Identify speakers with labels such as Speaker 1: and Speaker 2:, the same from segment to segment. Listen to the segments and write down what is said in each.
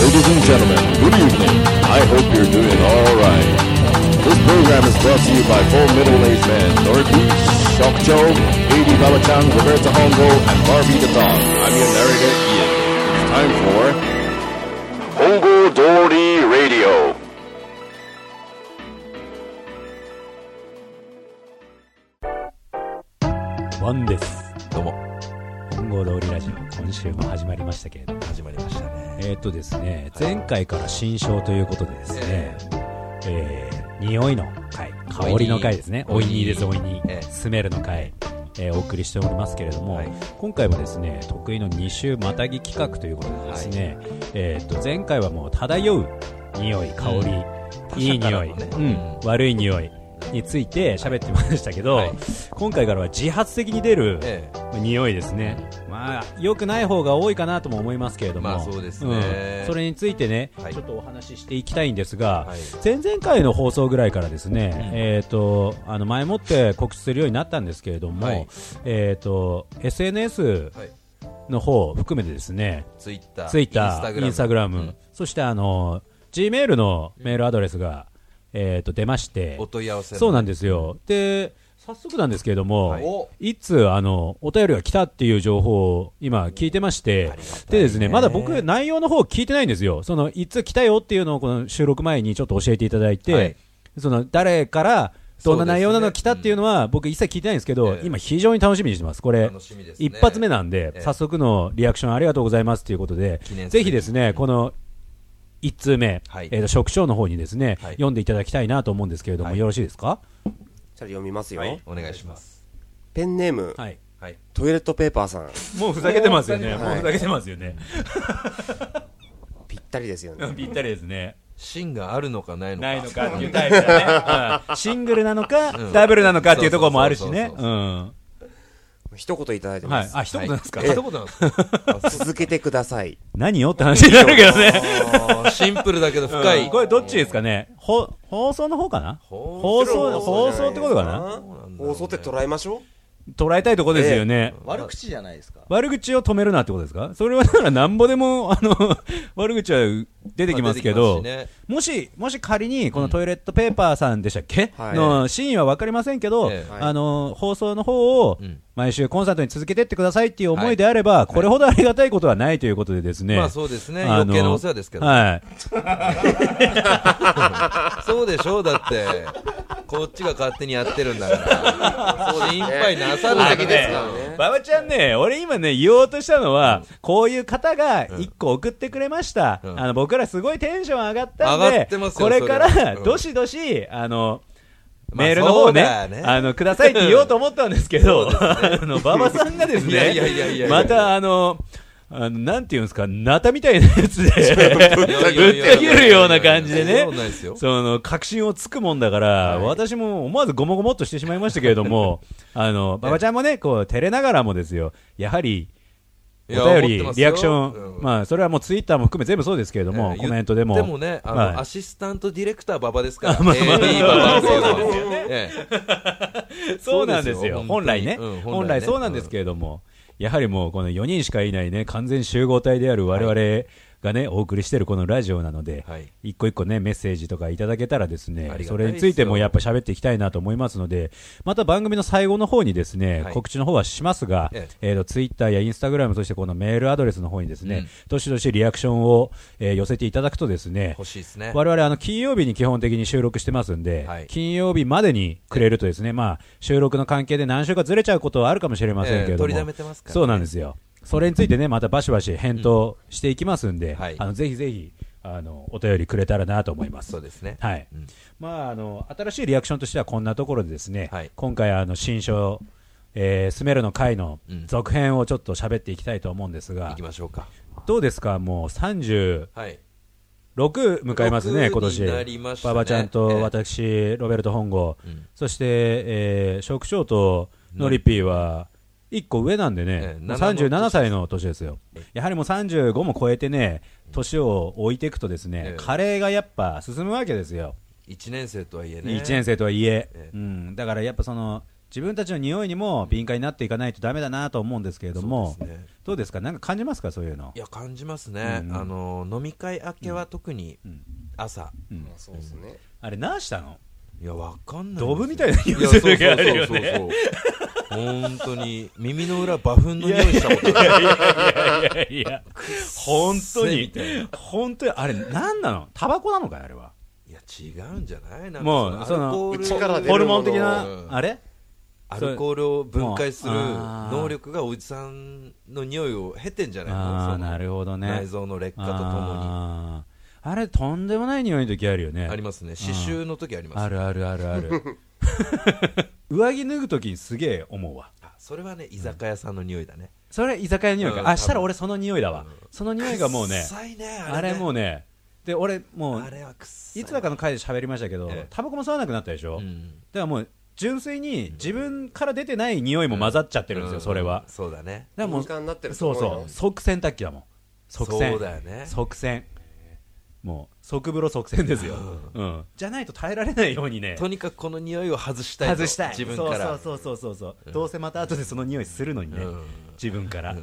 Speaker 1: Ladies and gentlemen, good evening. I hope you're doing all right. This program is brought to you by four middle-aged men, Dorothy, Shock Joe, Haiti Balachan, Roberta Hongo, and Barbie the Dog. I'm your narrator, Ian. It's time for Hongo Dory Radio.
Speaker 2: ワンです。
Speaker 3: どうも、
Speaker 2: 本郷通りラジオ、今週も始まりましたけれども。
Speaker 3: 始まりましたね。
Speaker 2: えーっとですね、前回から新章ということでですね、えー、匂いの回、香りの回ですね、お
Speaker 3: お
Speaker 2: い
Speaker 3: い
Speaker 2: に
Speaker 3: に
Speaker 2: です、おいに
Speaker 3: ええ、
Speaker 2: スメルの回、えーお送りしておりますけれども、
Speaker 3: はい
Speaker 2: 今回はですね、得意の2週またぎ企画ということでですね、えーっと、前回はもう漂う匂い、香り、いい匂い、
Speaker 3: 他者から
Speaker 2: う
Speaker 3: のね
Speaker 2: ん、悪い匂いについて喋ってましたけど、
Speaker 3: はい
Speaker 2: 今回からは自発的に出る、
Speaker 3: え
Speaker 2: 匂いですね、まあ、良くない方が多いかなとも思いますけれども、
Speaker 3: まあそうですね
Speaker 2: うんそれについてね、
Speaker 3: はい
Speaker 2: ちょっとお話ししていきたいんですが、
Speaker 3: はい
Speaker 2: 前々回の放送ぐらいからですね、えー、とあの前もって告知するようになったんですけれども、
Speaker 3: はい
Speaker 2: えー、と SNS
Speaker 3: えはい。
Speaker 2: の方を含めてですね、
Speaker 3: ツイッター、
Speaker 2: ツイッター、インスタグラム、
Speaker 3: うん
Speaker 2: そしてあの G メールのメールアドレスが、えー、と出まして、
Speaker 3: お問い合わせ
Speaker 2: そうなん
Speaker 3: で
Speaker 2: ですよ。で、早速なんですけれども、
Speaker 3: はい
Speaker 2: い、つあのお便りが来たっていう情報を今聞いてまして、でですね、まだ僕内容の方聞いてないんですよ。そのいつ来たよっていうのをこの収録前にちょっと教えていただいて、
Speaker 3: はい
Speaker 2: その誰からどんな内容なの来たっていうのは僕一切聞いてないんですけど、
Speaker 3: ええ
Speaker 2: 今非常に楽しみにしてます。これ
Speaker 3: 楽しみですね
Speaker 2: 一発目なんで、
Speaker 3: ええ
Speaker 2: 早速のリアクションありがとうございますということで
Speaker 3: 記念すべ、
Speaker 2: ぜ
Speaker 3: き
Speaker 2: ひですね、この1通目、
Speaker 3: はい
Speaker 2: えーと職長の方にですね、
Speaker 3: はい
Speaker 2: 読んでいただきたいなと思うんですけれども、
Speaker 3: はい
Speaker 2: よろしいですか
Speaker 4: じゃあ読みますよ、
Speaker 3: はい。お願いします。
Speaker 4: ペンネーム、
Speaker 2: はい
Speaker 3: はい。
Speaker 4: トイレットペーパ ーさん
Speaker 2: もうふざけてますよね
Speaker 4: おー
Speaker 2: もうふざけてますよね
Speaker 4: ぴったりですよね
Speaker 2: ぴったりですね
Speaker 3: 芯があるのかないのか。
Speaker 2: ないのかっていうタイプ だね、うんシングルなのか、ダブルなのかっていうところもあるしね
Speaker 3: そう
Speaker 2: う
Speaker 3: そうん
Speaker 2: は
Speaker 4: 一言いただいて
Speaker 2: い
Speaker 4: ます、
Speaker 2: あ一言なんですか、
Speaker 3: はい一言なんですか
Speaker 4: 続けてください
Speaker 2: 何よって話になるけどね
Speaker 3: あ ーシンプルだけど深
Speaker 2: うん
Speaker 3: い。
Speaker 2: これどっちですかねほ放送の方かな 放
Speaker 3: 放
Speaker 2: 送放送ってことかな
Speaker 4: 放送って捉えましょ
Speaker 2: 捉えたいとこですよね、
Speaker 5: 悪口じゃないですか。
Speaker 2: 悪口を止めるなってことですかそれはだからなんぼでも、あの、 悪口は出てきますけど、
Speaker 3: まあ出てきますし
Speaker 2: もし、もし仮に、このトイレットペーパーさんでしたっけ、
Speaker 4: はい
Speaker 2: の真意はわかりませんけど、
Speaker 3: ええ
Speaker 2: あの、放送の方を
Speaker 3: うん、
Speaker 2: 毎週コンサートに続けてってくださいっていう思いであれば、これほどありがたいことはないということでですね。
Speaker 3: まあそうですね。
Speaker 2: あの
Speaker 3: 余計なお世話ですけど。
Speaker 2: はい。
Speaker 3: そうでしょうだって。こっちが勝手にやってるんだから。そうでいっぱいなさるだけですからね。
Speaker 2: 馬場ちゃんね、俺今ね、言おうとしたのは、こういう方が一個送ってくれました。
Speaker 3: うん
Speaker 2: あの、僕らすごいテンション上がったん
Speaker 3: 上が
Speaker 2: で
Speaker 3: って、ますよ
Speaker 2: これか
Speaker 3: それは
Speaker 2: ら、
Speaker 3: うん
Speaker 2: どしどし、あの、
Speaker 3: まあ
Speaker 2: メールの方ね、
Speaker 3: そうだよね
Speaker 2: あの、くださいって言おうと思ったんですけど、 あの、馬場さんがです
Speaker 3: いやいやいやい
Speaker 2: ね
Speaker 3: や、
Speaker 2: またあの、あの、なんていうんですか、ナタみたいなやつで、ぶっ
Speaker 3: いやいやいやいや
Speaker 2: かけるような感じで
Speaker 3: そんな
Speaker 2: ね
Speaker 3: ことないです、よ
Speaker 2: その、確信をつくもんだから、私も思わずごもごもっとしてしまいましたけれど も、あの、馬場ちゃんもね、こう、照れながらもですよ、やはり、お
Speaker 3: いや
Speaker 2: 便
Speaker 3: 思って
Speaker 2: り、
Speaker 3: ます
Speaker 2: リ
Speaker 3: よ
Speaker 2: アクション、
Speaker 3: うん
Speaker 2: まあ、それはもうツイッターも含め全部そうですけれども、
Speaker 3: ええ
Speaker 2: コメントでも。
Speaker 3: 言ってもね、あの、
Speaker 2: はい
Speaker 3: アシスタントディレクター馬場で すから。AD 馬場
Speaker 2: そうですよ
Speaker 3: ね。ええ
Speaker 2: そうなんです
Speaker 3: そうです
Speaker 2: よ、
Speaker 3: よ
Speaker 2: 本来ね、
Speaker 3: うん本来ね
Speaker 2: 本来そうなんですけれども、やはりもうこの4人しかいないね、完全集合体である我々がね、お送りしてるこのラジオなので、
Speaker 3: はい
Speaker 2: 一個一個ね、メッセージとかいただけたらですね
Speaker 3: あ、りがたいです
Speaker 2: そ
Speaker 3: よ
Speaker 2: れについてもやっぱ喋っていきたいなと思いますので、また番組の最後の方にですね、
Speaker 3: はい
Speaker 2: 告知の方はしますが、
Speaker 3: え
Speaker 2: えっ、と、ツイッターやインスタグラム、そしてこのメールアドレスの方にですね、
Speaker 3: うん
Speaker 2: どしどしリアクションを、えー寄せていただくとですね、
Speaker 3: 欲しいですね。
Speaker 2: 我々あの金曜日に基本的に収録してますんで、
Speaker 3: はい
Speaker 2: 金曜日までにくれるとですね、まあ、収録の関係で何週かずれちゃうことはあるかもしれませんけれども、
Speaker 3: ええ取りだめてますからね
Speaker 2: そうなんですよそれについてねまたバシバシ返答していきますんで、
Speaker 3: はい
Speaker 2: あのぜひぜひあのお便りくれたらなと思います
Speaker 3: そうですね。
Speaker 2: はい、
Speaker 3: うん
Speaker 2: まああの新しいリアクションとしてはこんなところでですね、
Speaker 3: はい
Speaker 2: 今回あの新書えー、スメルの会の
Speaker 3: うん
Speaker 2: 続編をちょっと喋っていきたいと思うんですが
Speaker 3: 行き、ましょうか。
Speaker 2: どうですか、もう30
Speaker 3: はい。
Speaker 2: 6迎えますね、
Speaker 3: 6
Speaker 2: 今年。
Speaker 3: になりましたね
Speaker 2: 馬場ちゃん
Speaker 3: え
Speaker 2: と
Speaker 3: え
Speaker 2: 私、ロベルト本郷、
Speaker 3: うん
Speaker 2: そして、えー、職長とノリピーは、1個上なんでね
Speaker 3: え、え
Speaker 2: もう
Speaker 3: 七の
Speaker 2: 37歳の年ですよ。やはりもう35も超えてね、年を置いていくとですね、
Speaker 3: ええ
Speaker 2: カレーがやっぱ進むわけですよ。
Speaker 3: 1年生とはいえね。
Speaker 2: 1年生とはいえ、
Speaker 3: ええ
Speaker 2: うん、だからやっぱその自分たちの匂いにも敏感になっていかないとダメだなと思うんですけれども、
Speaker 3: そうですね
Speaker 2: どうですか、なんか感じますか、そういうの
Speaker 3: い。や感じますね、
Speaker 2: うん
Speaker 3: あの飲み会明けは特に
Speaker 2: ん
Speaker 3: 朝、
Speaker 2: うん
Speaker 4: まあそうですね。
Speaker 2: あれ、何したの
Speaker 3: いやわかんない
Speaker 2: ドブみたいな匂い
Speaker 3: や
Speaker 2: する時あるよ
Speaker 3: そうそうそう
Speaker 2: ね。
Speaker 3: そうそう本当に耳の裏馬糞の匂いし たことある
Speaker 2: いやいや、本当
Speaker 3: せえみ
Speaker 2: に
Speaker 3: たい、
Speaker 2: 本当に、あれ、何なの、タバコなのかい、あれは。
Speaker 3: いや違うんじゃないなんか
Speaker 2: もう
Speaker 3: そのアルコール
Speaker 4: その力で
Speaker 2: ホルモン的な
Speaker 3: う、ん
Speaker 2: あれ
Speaker 3: アルコールを分解する
Speaker 2: もうあー
Speaker 3: 能力がおじさんの匂いを経てんじゃないの
Speaker 2: あ
Speaker 3: そ
Speaker 2: あ、
Speaker 3: の
Speaker 2: なるほどね。
Speaker 3: 内臓の劣化ととも
Speaker 2: あーあれ、とんでもない匂いの時あるよね。
Speaker 3: にありますね刺繍の時あります
Speaker 2: あるあるあるあ る。上着脱ぐ時にすげえ思うわ。
Speaker 3: あそれはね居酒屋さんの匂いだね
Speaker 2: それ居酒屋の匂い
Speaker 3: うん
Speaker 2: か。あ、したら俺その匂いだわ。その匂いがもうね、
Speaker 3: 臭いね
Speaker 2: あ
Speaker 3: あれ
Speaker 2: れ
Speaker 3: ね
Speaker 2: もうね、で、俺もう
Speaker 3: あ、れは臭い
Speaker 2: いつだかの回で喋りましたけど
Speaker 3: ええ、
Speaker 2: タバコも吸わなくなったでしょ
Speaker 3: う
Speaker 2: だか
Speaker 3: ん
Speaker 2: らもう、純粋に自分から出てない匂いも混ざっちゃってるんです
Speaker 3: う
Speaker 2: よ、
Speaker 3: ん
Speaker 2: それは。
Speaker 3: そうだね
Speaker 2: だからもう
Speaker 4: 敏感になってると
Speaker 2: そう
Speaker 4: 思うよ
Speaker 2: そう即洗濯機だもん即洗
Speaker 3: そうだよね
Speaker 2: 即洗もう即風呂即洗ですよ、うん、じゃないと耐えられないようにね
Speaker 3: とにかくこの匂いを外したいと
Speaker 2: 外したい
Speaker 3: 自分から
Speaker 2: そうそうそうそうそう、どうせまた後でその匂いするのにね、
Speaker 3: うん
Speaker 2: 自分から、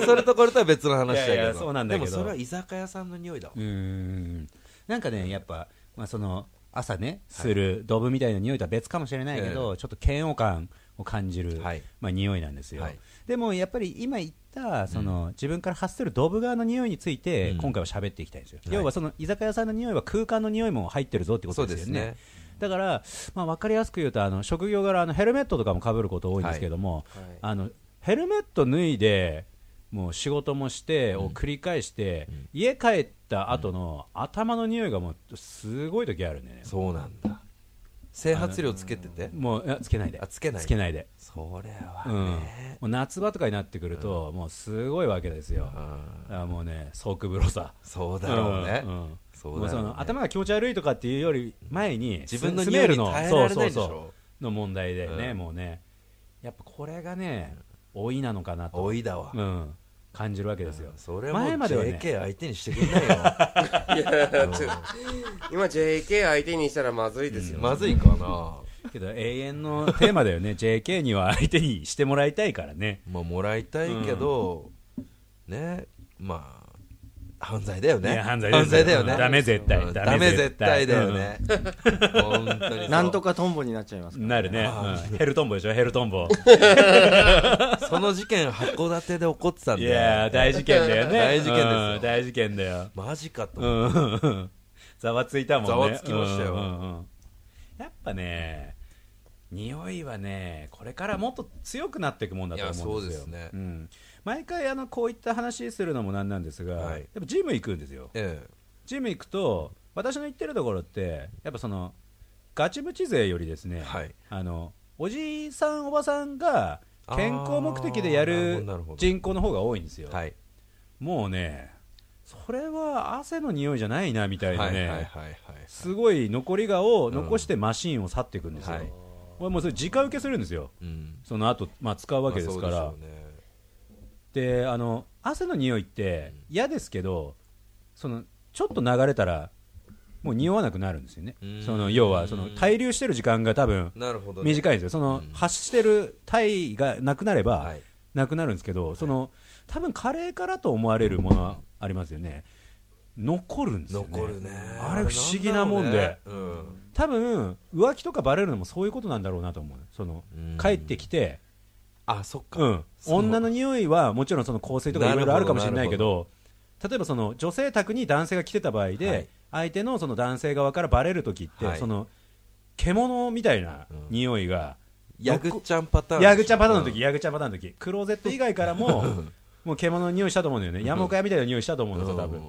Speaker 3: それとこれとは別の話だけど
Speaker 2: いやいやそうなんだけど
Speaker 3: でもそれは居酒屋さんの匂いだわ
Speaker 2: うーんなんかね、やっぱ、まあ、その朝ね、するドブみたいな匂いとは別かもしれないけど、ちょっと嫌悪感を感じる、
Speaker 3: はい
Speaker 2: まあ匂いなんですよ、
Speaker 3: はい
Speaker 2: でもやっぱり今言ったその、自分から発するドブ側の匂いについて、
Speaker 3: うん
Speaker 2: 今回は喋っていきたいんですよ、
Speaker 3: はい
Speaker 2: 要はその居酒屋さんの匂いは空間の匂いも入ってるぞってことですよね。
Speaker 3: そうです
Speaker 2: だから、まあ、分かりやすく言うとあの職業柄あのヘルメットとかもかぶること多いんですけども、
Speaker 4: はいはい
Speaker 2: あのヘルメット脱いでもう仕事もしてを繰り返して、家帰った後の頭の匂いがもうすごい時あるね、
Speaker 3: そうなんだ整髪料つけてて
Speaker 2: もういやつけないで
Speaker 3: あつけない
Speaker 2: つけないで、
Speaker 3: それ
Speaker 2: うん
Speaker 3: はね、
Speaker 2: もう夏場とかになってくると、もうすごいわけですよ、
Speaker 3: うん
Speaker 2: あもうね即風呂さ
Speaker 3: そうだろうね、
Speaker 2: んん
Speaker 3: そうだろうね
Speaker 2: もの頭が気持ち悪いとかっていうより前に
Speaker 3: 自分の
Speaker 2: スメ
Speaker 3: 匂
Speaker 2: ー
Speaker 3: い
Speaker 2: ル
Speaker 3: に
Speaker 2: の
Speaker 3: 耐えられないでしょ
Speaker 2: そうそうそうの問題でね、
Speaker 3: うん
Speaker 2: もうねやっぱこれがね老いなのかなと、
Speaker 3: 多いだわ、
Speaker 2: うん、感じるわけですよ、
Speaker 3: それも
Speaker 2: 前まではね
Speaker 3: JK 相手にしてくれないよ、
Speaker 4: いや、ちょ今 JK 相手にしたらまずいですよ。
Speaker 3: まずいかな
Speaker 2: けど永遠のテーマだよね JK には相手にしてもらいたいからね
Speaker 3: まあもらいたいけど、ねまあ犯罪だよ
Speaker 2: い
Speaker 3: ね
Speaker 2: や犯罪ですよ
Speaker 3: だよね
Speaker 2: ダメ絶対
Speaker 3: うん
Speaker 2: ダメ
Speaker 3: ダメ絶対だよね、本当にそう
Speaker 5: なんとかトンボになっちゃいますから
Speaker 2: なるね、うんヘルトンボでしょヘルトンボ
Speaker 3: その事件函館で起こってたん
Speaker 2: い
Speaker 3: だ
Speaker 2: や
Speaker 3: よ
Speaker 2: ー大事件だよね
Speaker 3: 大事件ですよ
Speaker 2: うん大事件だよ
Speaker 3: マジかと
Speaker 2: う
Speaker 3: 思って、
Speaker 2: んうんうん ざわついたもんね
Speaker 3: ざわつきましたよ
Speaker 2: うんうんうんやっぱね匂いはねこれからもっと強くなっていくもんだと思うんですよ
Speaker 3: いやそうですね
Speaker 2: ん毎回あのこういった話するのもなんなんですが、
Speaker 3: はい
Speaker 2: やっぱジム行くんですよ
Speaker 3: ええ
Speaker 2: ジム行くと私の行ってるところってやっぱそのガチムチ勢よりですね、
Speaker 3: はい
Speaker 2: あのおじさんおばさんが健康目的でや
Speaker 3: あーなるほ
Speaker 2: る
Speaker 3: どなるほど
Speaker 2: 人口の方が多いんですよ、
Speaker 3: はい
Speaker 2: もうねそれは汗の匂いじゃないなみたいなね、
Speaker 3: はいはいはいはい
Speaker 2: すごい残り顔を
Speaker 3: ん
Speaker 2: 残してマシンを去っていくんですよ、
Speaker 3: はい
Speaker 2: これもうそれ直受けするんですよ
Speaker 3: うん
Speaker 2: その後、まあ使うわけですから、
Speaker 3: まあそうでしょうね
Speaker 2: であの汗の匂いって嫌ですけどそのちょっと流れたらもう匂わなくなるんですよね
Speaker 3: うん
Speaker 2: その要はその滞留してる時間が多分
Speaker 3: なるほどね、
Speaker 2: 短いんですよその
Speaker 3: うん
Speaker 2: 発してる体がなくなれば
Speaker 3: はい
Speaker 2: なくなるんですけどその多分カレーからと思われるものはありますよね残るんですよね
Speaker 3: 残るね
Speaker 2: あれ不思議なもんで
Speaker 3: あれなんだろうね
Speaker 2: 多分浮気とかバレるのもそういうことなんだろうなと思うその
Speaker 3: うん
Speaker 2: 帰ってきて
Speaker 3: うんあそっか、
Speaker 2: うん、
Speaker 3: そう
Speaker 2: 女の匂いはもちろんその香水とかいろいろあるかもしれないけ
Speaker 3: な
Speaker 2: ど例えばその女性宅に男性が来てた場合で、
Speaker 3: はい
Speaker 2: 相手のその男性側からバレるときって、
Speaker 3: はい
Speaker 2: その獣みたいな
Speaker 3: うん
Speaker 2: 匂いが、
Speaker 3: ヤグちゃんパターン
Speaker 2: ヤグチャパターンの
Speaker 3: う
Speaker 2: 時、
Speaker 3: ん
Speaker 2: ヤグチャパターンの時クローゼット以外から ももう獣の匂いしたと思うんだよね山岡屋みたいな匂いしたと思うんですよ多分、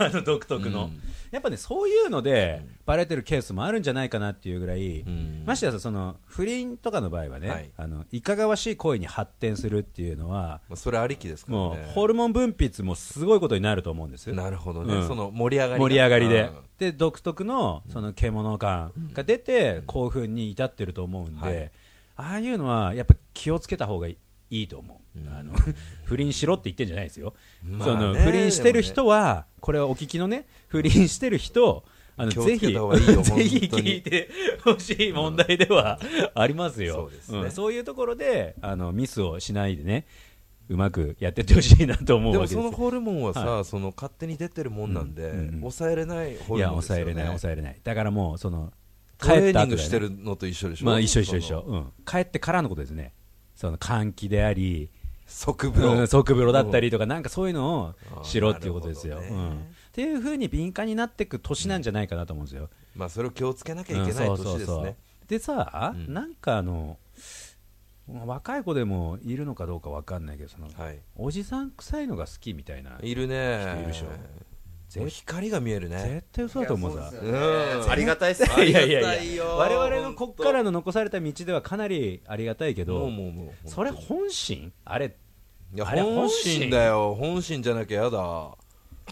Speaker 2: あの独特の、
Speaker 3: うん
Speaker 2: やっぱねそういうのでバレてるケースもあるんじゃないかなっていうぐらい、
Speaker 3: ん
Speaker 2: ましてやその不倫とかの場合はね、
Speaker 3: はい
Speaker 2: あのいかがわしい行為に発展するっていうのは
Speaker 3: まあそれありきですからね
Speaker 2: もうホルモン分泌もすごいことになると思うんです
Speaker 3: なるほどね、
Speaker 2: うん
Speaker 3: その盛り上がりが
Speaker 2: 盛り上がりで、
Speaker 3: うん
Speaker 2: で独特のその獣感が出て興奮に至ってると思うんで、
Speaker 3: はい
Speaker 2: ああいうのはやっぱ気をつけた方がいい。いいと思う、あの 不倫しろって言ってんじゃないですよ、
Speaker 3: まあね
Speaker 2: その不倫してる人は、これはお聞きのね不倫してる人、あの
Speaker 3: 気を
Speaker 2: ぜ
Speaker 3: つ
Speaker 2: ひ、
Speaker 3: けた方がいいよ
Speaker 2: ぜひ
Speaker 3: 本当に
Speaker 2: 聞いてほしい問題では ありますよ。
Speaker 3: そうですね
Speaker 2: んそういうところで、あの、ミスをしないでね、うまくやってってほしいなと思う
Speaker 3: で
Speaker 2: わけで
Speaker 3: も
Speaker 2: す
Speaker 3: そ
Speaker 2: よ
Speaker 3: のホルモンはさ、その勝手に出てるもんなん
Speaker 2: う
Speaker 3: で、
Speaker 2: んうん
Speaker 3: 抑えれない
Speaker 2: い
Speaker 3: ホル
Speaker 2: や、
Speaker 3: モンですよ、
Speaker 2: 抑えれ
Speaker 3: ね、
Speaker 2: ない、抑えれない。だからもう、その、
Speaker 3: トレーニン
Speaker 2: だよ
Speaker 3: グ
Speaker 2: ね
Speaker 3: してるのと一緒でしょ、
Speaker 2: まあ一緒一緒一
Speaker 3: そ
Speaker 2: 緒、
Speaker 3: の
Speaker 2: うん、帰ってからのことですねその換気であり、
Speaker 3: 即風
Speaker 2: う
Speaker 3: 呂
Speaker 2: ん、即風呂だったりとか、なんかそういうのをしろっていうことですよ、
Speaker 3: あー
Speaker 2: う
Speaker 3: なるほど
Speaker 2: ん、っ
Speaker 3: ね
Speaker 2: ていうふうに敏感になっていく年なんじゃないかなと思うんですよ、
Speaker 3: まあそれを気をつけなき
Speaker 2: う
Speaker 3: ゃい
Speaker 2: ん
Speaker 3: けない
Speaker 2: そ
Speaker 3: 年
Speaker 2: う
Speaker 3: ですね、
Speaker 2: そうそうでさ、
Speaker 3: うん
Speaker 2: なんかあの若い子でもいるのかどうかわかんないけどその、
Speaker 3: はい
Speaker 2: おじさん臭いのが好きみたいない
Speaker 3: るね
Speaker 2: 人いるでしょ
Speaker 3: もう
Speaker 2: 絶
Speaker 3: 光が見えるね
Speaker 2: 絶対嘘だと思うさ
Speaker 4: いやそ
Speaker 3: うん
Speaker 4: ありがたいっすね
Speaker 2: いやい
Speaker 3: ありが
Speaker 2: や
Speaker 3: た
Speaker 2: い
Speaker 3: い
Speaker 2: や
Speaker 3: よ
Speaker 2: 我々のこっからの残された道ではかなりありがたいけど
Speaker 3: もうもうもう
Speaker 2: それ本心あれ
Speaker 3: いや
Speaker 2: あれ
Speaker 3: 本
Speaker 2: 本
Speaker 3: 心
Speaker 2: 心
Speaker 3: だよ本心じゃなきゃやだ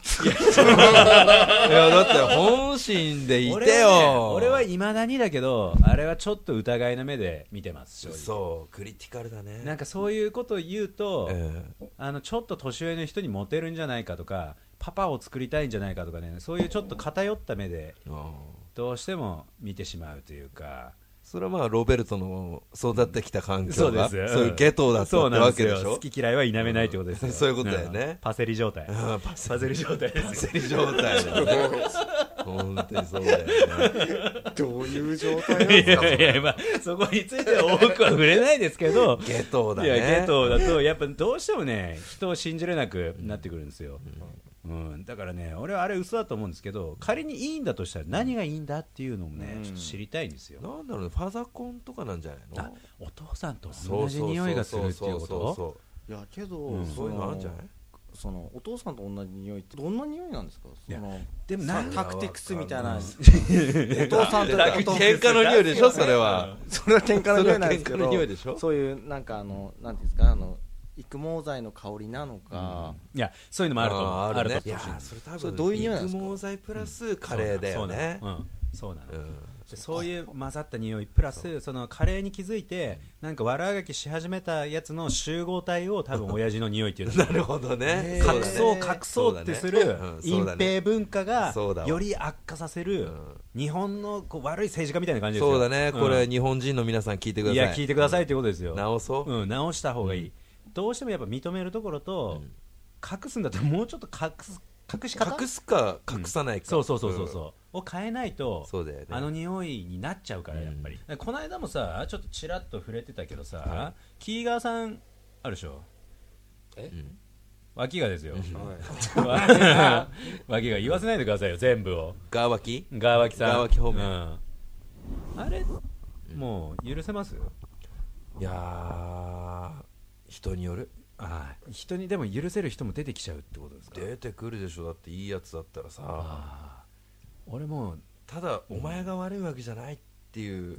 Speaker 3: いやだって本心でいてよ
Speaker 2: 俺は,、俺はいまだにだけどあれはちょっと疑いの目で見てます正直
Speaker 3: そうクリティカルだね
Speaker 2: なんかそういうことを言うと、
Speaker 3: え
Speaker 2: あのちょっと年上の人にモテるんじゃないかとかパパを作りたいんじゃないかとかねそういうちょっと偏った目で
Speaker 3: えああ
Speaker 2: どうしても見てしまうというか
Speaker 3: それはまあロベルトの育ってきた環
Speaker 2: そ
Speaker 3: 境
Speaker 2: うで
Speaker 3: が
Speaker 2: すよ
Speaker 3: そういうゲトだった
Speaker 2: そう
Speaker 3: って
Speaker 2: なん
Speaker 3: わ
Speaker 2: す
Speaker 3: け
Speaker 2: よ
Speaker 3: でしょ
Speaker 2: 好き嫌いは否めないってことですよ、
Speaker 3: うんそういうことだよね
Speaker 2: んパセリ状態
Speaker 3: うん
Speaker 2: パセリ状態ですよ
Speaker 3: 焦り状態だよね本当にそうだよね
Speaker 4: どういう状態なん
Speaker 2: い
Speaker 4: ですか
Speaker 2: やいやいや、まあ、そこについては多くは触れないですけど、
Speaker 3: ゲトだ
Speaker 2: いや
Speaker 3: ね
Speaker 2: ゲトだとやっぱどうしてもね人を信じれなくなってくるんですよ、うんだからね俺はあれ嘘だと思うんですけど仮にいいんだとしたら何がいいんだっていうのもね、ちょっと知りたいんですよ、
Speaker 3: なんだろうねファザコンとかなんじゃない
Speaker 2: あ
Speaker 3: の
Speaker 2: お父さんと
Speaker 3: そ
Speaker 2: 同
Speaker 3: う
Speaker 2: じ
Speaker 3: そうそうそう
Speaker 2: 匂いがするっていうこと
Speaker 5: いやけど、
Speaker 2: ん
Speaker 5: その
Speaker 3: そういうのあるんじゃない
Speaker 5: そのお父さんと同じ匂いってどんな匂いなんですかその
Speaker 2: でもな
Speaker 5: さ
Speaker 2: んか
Speaker 5: タクティクスみたいな
Speaker 3: お
Speaker 5: お父さ んとお父さん
Speaker 3: 喧嘩の匂いでしょそれは
Speaker 5: それは喧嘩の匂いなんですけ
Speaker 3: それは喧嘩の
Speaker 5: ど
Speaker 3: 匂いでしょ
Speaker 5: そういうなんかあのなんていうんですかあの育毛剤の香りなのか、
Speaker 2: いやそういうのもあると思う
Speaker 3: あーあるね
Speaker 2: と
Speaker 3: い
Speaker 2: 思
Speaker 3: や
Speaker 2: う
Speaker 3: ーそれ多
Speaker 5: そ
Speaker 3: 分
Speaker 5: れどういう匂いなんですか
Speaker 3: 育毛剤プラスカレーだよね
Speaker 2: そうなのそうなの、うんそうなの
Speaker 3: うん
Speaker 2: でそういう混ざった匂いプラスそのカレーに気づいてなんか悪あがきし始めたやつの集合体を多分親父の匂いっていう
Speaker 3: なるほどね
Speaker 2: 隠そう
Speaker 3: だね
Speaker 2: 隠そうってする
Speaker 3: そう
Speaker 2: 隠
Speaker 3: だね
Speaker 2: 蔽文化が
Speaker 3: そうだわ
Speaker 2: より悪化させ
Speaker 3: う
Speaker 2: る
Speaker 3: ん
Speaker 2: 日本のこう悪い政治家みたいな感じですよ
Speaker 3: そうだね
Speaker 2: ん
Speaker 3: これ日本人の皆さん聞いてくださ
Speaker 2: い
Speaker 3: い
Speaker 2: や聞いてくださいってことですよ
Speaker 3: 直そう
Speaker 2: うん直した方がいいどうしてもやっぱ認めるところと隠すんだったらもうちょっと隠す隠し方
Speaker 3: 隠すか隠さないか
Speaker 2: そうそうそうそうそうを変えないと
Speaker 3: そうだよね
Speaker 2: あの匂いになっちゃうからやっぱりこの間もさちょっとちらっと触れてたけどさキーガーさんあるでしょ
Speaker 4: え
Speaker 2: 脇がですよ
Speaker 4: はい
Speaker 2: わ 脇が言わせないでくださいよ全部を
Speaker 3: ガワキ
Speaker 2: 川脇さん
Speaker 3: ガワキ方面
Speaker 2: うんあれもう許せます
Speaker 3: いやー人による
Speaker 2: ああ人にでも許せる人も出てきちゃうってことですか
Speaker 3: 出てくるでしょだっていいやつだったらさ
Speaker 2: ああ俺もう
Speaker 3: ただお前が悪いわけじゃないっていう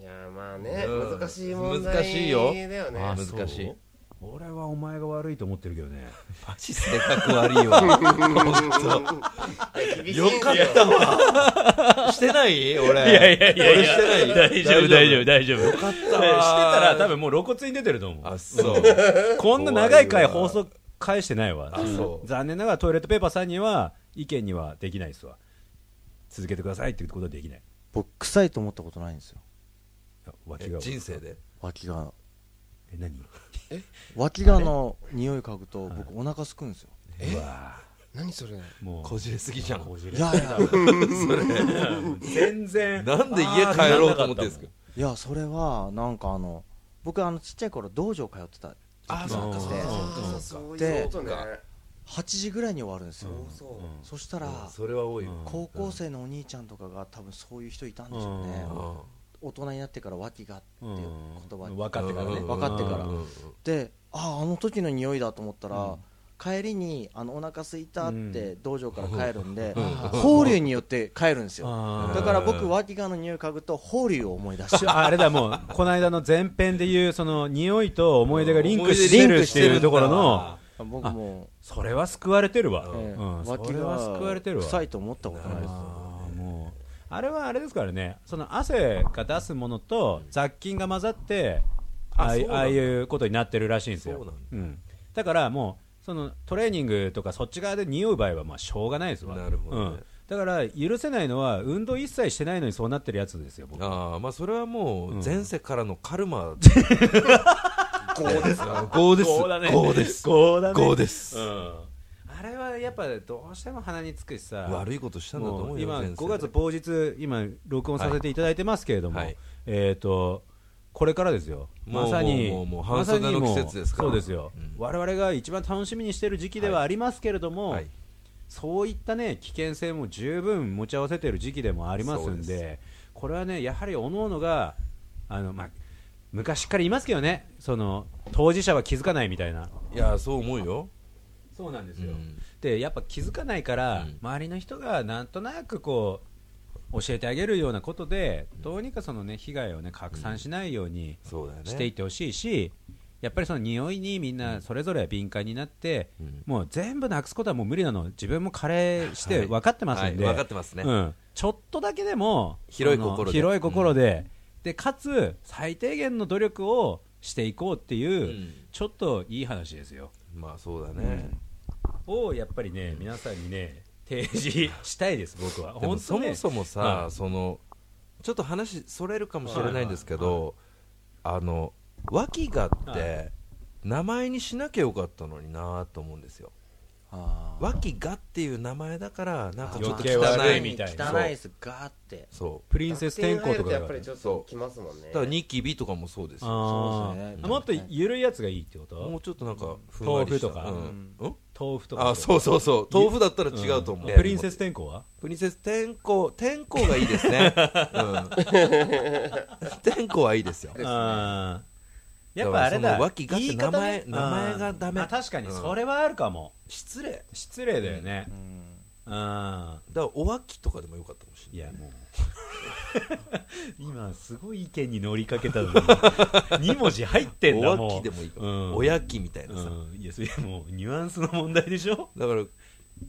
Speaker 4: いやまあね
Speaker 3: うん
Speaker 4: 難しい問題
Speaker 3: 難しいよ
Speaker 4: だよね
Speaker 3: あー難しい
Speaker 2: そう俺はお前が悪いと思ってるけどね
Speaker 3: マジ性格悪いわ
Speaker 4: 厳しい
Speaker 3: よかったわしてない俺俺してな
Speaker 2: 大
Speaker 3: い
Speaker 2: 丈夫大丈夫大丈夫よかった
Speaker 3: わ
Speaker 2: してたら多分もう露骨に出てると思う
Speaker 3: あそう
Speaker 2: こんな長い回放送返してないわ
Speaker 3: あそう
Speaker 2: 残念ながらトイレットペーパーさんには意見にはできないですわ続けてくださいっていうことはできない
Speaker 5: 僕臭いと思ったことないんですよ
Speaker 2: 脇
Speaker 3: え
Speaker 2: が
Speaker 3: 人生で
Speaker 5: 脇が
Speaker 2: え何
Speaker 5: 脇がの匂い嗅ぐと僕お腹すくんですよ
Speaker 2: うわ
Speaker 4: 何それ
Speaker 2: ーも
Speaker 3: こ
Speaker 2: う
Speaker 3: じれすぎじゃん
Speaker 5: いやいや
Speaker 2: 全然
Speaker 3: なんで家帰ろうと思ってんですか
Speaker 5: いやそれはなんかあの僕あのちっちゃい頃道場通ってた
Speaker 3: あそっかそっか
Speaker 4: あ
Speaker 3: そ
Speaker 4: あ
Speaker 3: っか
Speaker 4: そういう
Speaker 5: で
Speaker 4: ことね
Speaker 5: 8時ぐらいに終わるんですよ、
Speaker 4: そう
Speaker 5: そしたら
Speaker 3: それは多いよ
Speaker 5: 高校生のお兄ちゃんとかが多分そういう人いたんでしょうね、
Speaker 2: う
Speaker 5: 大人になってから脇がっていう言葉に、
Speaker 2: 分かってからね
Speaker 5: 分かってから
Speaker 2: うん
Speaker 5: であああの時の匂いだと思ったら、帰りにあのお腹空いたって道場から帰るんで、法隆によって帰るんですよ、
Speaker 2: あー
Speaker 5: だから僕脇がの匂い嗅ぐと法隆を思い出し
Speaker 2: ち
Speaker 5: て
Speaker 2: ょあれだもうこの間の前編でいうその匂いと思い出がリンクして
Speaker 3: 思い出リン
Speaker 2: る
Speaker 3: ク
Speaker 2: っ
Speaker 3: しててる
Speaker 2: い
Speaker 3: ん
Speaker 2: う
Speaker 3: だ
Speaker 2: ところの
Speaker 5: 僕も
Speaker 2: それは救われてるわ、
Speaker 5: う、ええ
Speaker 2: うん、そ
Speaker 5: 脇
Speaker 2: れは救われてる
Speaker 5: が
Speaker 2: わ
Speaker 5: 臭いと思ったことないです
Speaker 2: あーもうあれはあれですからねその汗が出すものと雑菌が混ざって
Speaker 3: あ
Speaker 2: ああい
Speaker 3: そうなんだ
Speaker 2: ああいうことになってるらしいんですよ
Speaker 3: そうなんだ
Speaker 2: んだからもうそのトレーニングとかそっち側で匂う場合はまあしょうがないですわ
Speaker 3: なるほどね
Speaker 2: うんだから許せないのは運動一切してないのにそうなってるやつですよ僕
Speaker 3: ああまあそれはも
Speaker 2: う
Speaker 3: うん前世からのカル マ
Speaker 5: 5です
Speaker 3: あ業です
Speaker 2: 業だね
Speaker 3: 業です
Speaker 2: こうだ
Speaker 3: 業です
Speaker 2: あれはやっぱどうしても鼻につくしさ
Speaker 3: 悪いことしたんだと思
Speaker 2: も
Speaker 3: う
Speaker 2: う
Speaker 3: よ
Speaker 2: 今
Speaker 3: 前世で
Speaker 2: 5月某日今録音させていただいてますけれども、
Speaker 3: はいはい
Speaker 2: えっ、とこれからですよ
Speaker 3: もう
Speaker 2: まさに
Speaker 3: もうもうもう
Speaker 2: まさに
Speaker 3: 半袖の
Speaker 2: もう
Speaker 3: 季節ですから
Speaker 2: そうですよ、
Speaker 3: うん
Speaker 2: 我々が一番楽しみにしている時期ではありますけれども、
Speaker 3: はい
Speaker 2: そういったね危険性も十分持ち合わせている時期でもありますん
Speaker 3: そう
Speaker 2: で
Speaker 3: で
Speaker 2: これはねやはり各々があのまあ昔から言いますけどねその当事者は気づかないみたいない
Speaker 3: やそう思うよ
Speaker 2: そうなんです
Speaker 3: う
Speaker 2: よ、
Speaker 3: ん
Speaker 2: でやっぱ気づかないから、
Speaker 3: うん
Speaker 2: 周りの人がなんとなくこう教えてあげるようなことでどうにかそのね被害をね拡散しないように
Speaker 3: そうだよね
Speaker 2: していってほしいし、やっぱりその匂いにみんなそれぞれ敏感になって、
Speaker 3: うん
Speaker 2: もう全部なくすことはもう無理なの自分も加齢し
Speaker 3: は
Speaker 2: て
Speaker 3: い
Speaker 2: 分かってますんで、
Speaker 3: はい分かってますね
Speaker 2: うん、ちょっとだけでも
Speaker 3: 広い
Speaker 2: その
Speaker 3: 心で
Speaker 2: 広い心で,、でかつ最低限の努力をしていこうっていう、
Speaker 3: うん
Speaker 2: ちょっといい話ですよ。
Speaker 3: まあそうだね
Speaker 2: をやっぱりね皆さんにね提示したいです僕 は
Speaker 3: でも
Speaker 2: 本
Speaker 3: そ
Speaker 2: 当ね
Speaker 3: もそも
Speaker 2: は
Speaker 3: さ
Speaker 2: い
Speaker 3: そのちょっと話それるかもしれないんですけどあの脇がっ
Speaker 2: は
Speaker 3: て名前にしなきゃよかったのになと思うんですよ脇がっていう名前だからなんかちょっと
Speaker 2: あー
Speaker 3: 汚
Speaker 2: 余計
Speaker 3: い
Speaker 2: 悪いみたいな
Speaker 5: 汚いですガーって
Speaker 3: そう
Speaker 2: プリンセス天候とかだ
Speaker 4: やっぱ
Speaker 2: から
Speaker 4: りちょっときますもんね
Speaker 3: だからニキビとかもそうですよ
Speaker 2: あ
Speaker 5: そうです
Speaker 2: ー
Speaker 5: ね
Speaker 2: あもっと緩いやつがいいってこ
Speaker 3: もう
Speaker 2: と
Speaker 3: ちょっとなんかふんわり
Speaker 2: 豆腐
Speaker 3: した
Speaker 2: とか
Speaker 3: うんうん
Speaker 2: 豆腐とか
Speaker 3: あそうそうそう豆腐だったら
Speaker 2: うん
Speaker 3: 違うと思う
Speaker 2: プリンセス天候は
Speaker 3: プリンセス天候天候がいいで すねうん天候はいいですよ
Speaker 2: あーやっぱあれ
Speaker 3: だ
Speaker 2: だ
Speaker 3: からその脇がって
Speaker 2: 言い方ね
Speaker 3: 名前名前がダメ
Speaker 2: あ確かに
Speaker 3: うん
Speaker 2: それはあるかも
Speaker 3: 失礼
Speaker 2: 失礼だよね
Speaker 5: うん
Speaker 2: あ
Speaker 3: だからおわきとかでもよかったかもし
Speaker 2: ーい
Speaker 3: れない
Speaker 2: やもう 今すごい意見に乗りかけたのに2文字入ってんだ
Speaker 3: おわ
Speaker 2: も
Speaker 3: き
Speaker 2: う
Speaker 3: でもいいか
Speaker 2: うん
Speaker 3: もおやきみたいなさ
Speaker 2: うんいやそれもうニュアンスの問題でしょ
Speaker 3: だから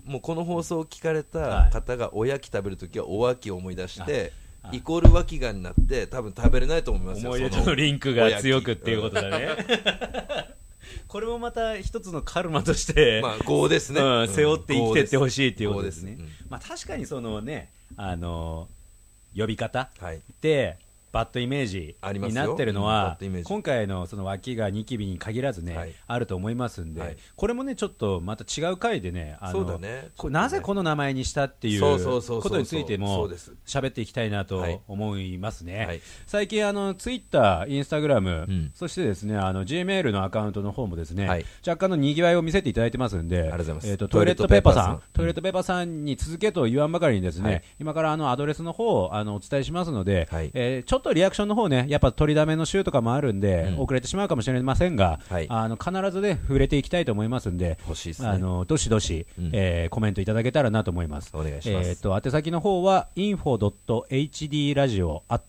Speaker 3: もうこの放送を聞かれ
Speaker 2: は
Speaker 3: た
Speaker 2: い
Speaker 3: 方がおやき食べるときはおわきを思い出して
Speaker 2: ああ
Speaker 3: イコールわきがになって多分食べれないと思いますよ
Speaker 2: 思い出
Speaker 3: そ
Speaker 2: とのリンクが強くっていうこと
Speaker 3: おや
Speaker 2: だ ねこれもまた一つのカルマとして、
Speaker 3: きまあ業ですね
Speaker 2: うん背負って生きてってほ
Speaker 3: い
Speaker 2: しいっていうことですね
Speaker 3: そうです
Speaker 2: まあ、確かにそのねあの呼び方
Speaker 3: はい
Speaker 2: ってバッドイメージ
Speaker 3: ありますよ
Speaker 2: になってるの
Speaker 3: うんバ
Speaker 2: は
Speaker 3: ッドイメージ
Speaker 2: 今回のその脇がニキビに限らずね、
Speaker 3: はい
Speaker 2: あると思いますんで、
Speaker 3: はい
Speaker 2: これもねちょっとまた違う回でねあの
Speaker 3: そうだね
Speaker 2: こなぜこの名前にしたっていう
Speaker 3: そうそうそうそう
Speaker 2: ことについて
Speaker 3: そ
Speaker 2: も
Speaker 3: うです
Speaker 2: 喋っていきたいな
Speaker 3: はい
Speaker 2: と思いますね、
Speaker 3: はい
Speaker 2: 最近あのツイッター、インスタグラム、
Speaker 3: うん
Speaker 2: そしてですねあの G メールのアカウントの方もですね、
Speaker 3: はい
Speaker 2: 若干のにぎわいを見せていただいてますんで
Speaker 3: りがとうございます
Speaker 2: えーとトイレットペーパーさん
Speaker 3: ト
Speaker 2: トイ
Speaker 3: イレ
Speaker 2: レ
Speaker 3: ッ
Speaker 2: ッ
Speaker 3: ト
Speaker 2: トペーパーさんに続けと言わんばかりにですね、
Speaker 3: はい
Speaker 2: 今からあのアドレスの方をあのお伝えしますので、
Speaker 3: はい
Speaker 2: えーちょっとリアクションの方ねやっぱ取りだめの週とかもあるんで、
Speaker 3: うん
Speaker 2: 遅れてしまうかもしれませんが、
Speaker 3: はい
Speaker 2: あの必ずね触れていきたいと思いますんで
Speaker 3: 欲しいですね
Speaker 2: あのどしどし、
Speaker 3: うん
Speaker 2: えーコメントいただけたらなと思います
Speaker 3: お願いします
Speaker 2: えーと宛先の方は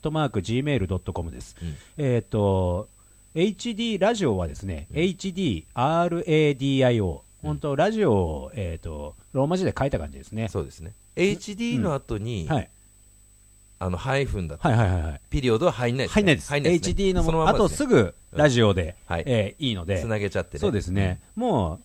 Speaker 2: info.hdradio.gmail.com です、
Speaker 3: うん
Speaker 2: えっ、と HD ラジオはですね、HDRADIO 本当、ラジオを、えー、とローマ字で書いた感じですね
Speaker 3: そうですね HD の後に
Speaker 2: はい、
Speaker 3: あのハイフンだった
Speaker 2: はいはいはいはい
Speaker 3: ピリオドは入んない
Speaker 2: 入んないです
Speaker 3: 入んないですね
Speaker 2: HD の
Speaker 3: そのま
Speaker 2: も
Speaker 3: ま
Speaker 2: あ
Speaker 3: です
Speaker 2: とす
Speaker 3: ね
Speaker 2: ぐラジオで、
Speaker 3: はい
Speaker 2: えーいいので
Speaker 3: つなげちゃってね
Speaker 2: そうですね、もう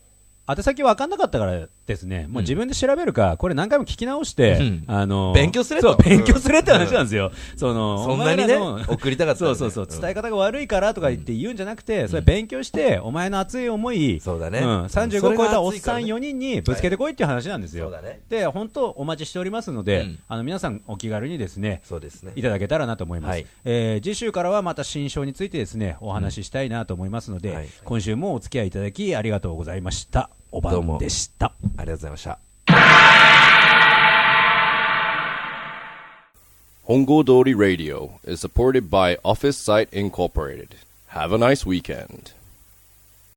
Speaker 2: 宛先分かんなかったからですね、もう自分で調べるか、これ何回も聞き直して、
Speaker 3: うん
Speaker 2: あの
Speaker 3: 勉強すれと
Speaker 2: そう勉強すれって話なんですよ、その
Speaker 3: そんなにね
Speaker 2: お前らの
Speaker 3: 送りたかった
Speaker 2: そ
Speaker 3: の
Speaker 2: う
Speaker 3: ね
Speaker 2: そうそう、
Speaker 3: うん
Speaker 2: 伝え方が悪いからとか言って言うんじゃなくて、それ勉強して、お前の熱い思い、
Speaker 3: そうだね
Speaker 2: ん、35
Speaker 3: それ
Speaker 2: 超え
Speaker 3: が
Speaker 2: たお
Speaker 3: 熱
Speaker 2: っ
Speaker 3: いか
Speaker 2: さ
Speaker 3: ら
Speaker 2: ん
Speaker 3: ね
Speaker 2: 4人にぶつけてこいっていう話なんですよ、
Speaker 3: そうだね
Speaker 2: で本当、お待ちしておりますので、
Speaker 3: うん
Speaker 2: あの皆さん、お気軽にですね、
Speaker 3: そうですね
Speaker 2: いただけたらなと思います、
Speaker 3: はい
Speaker 2: えー次週からはまた新章についてですねお話ししたいなと思いますので、
Speaker 3: はい
Speaker 2: 今週もお付き合いいただきありがとうございましたおば
Speaker 3: どうも
Speaker 2: んでした
Speaker 3: ありがとうございました
Speaker 1: Hongo Dori Radio is supported by Office Site Incorporated. Have a nice weekend.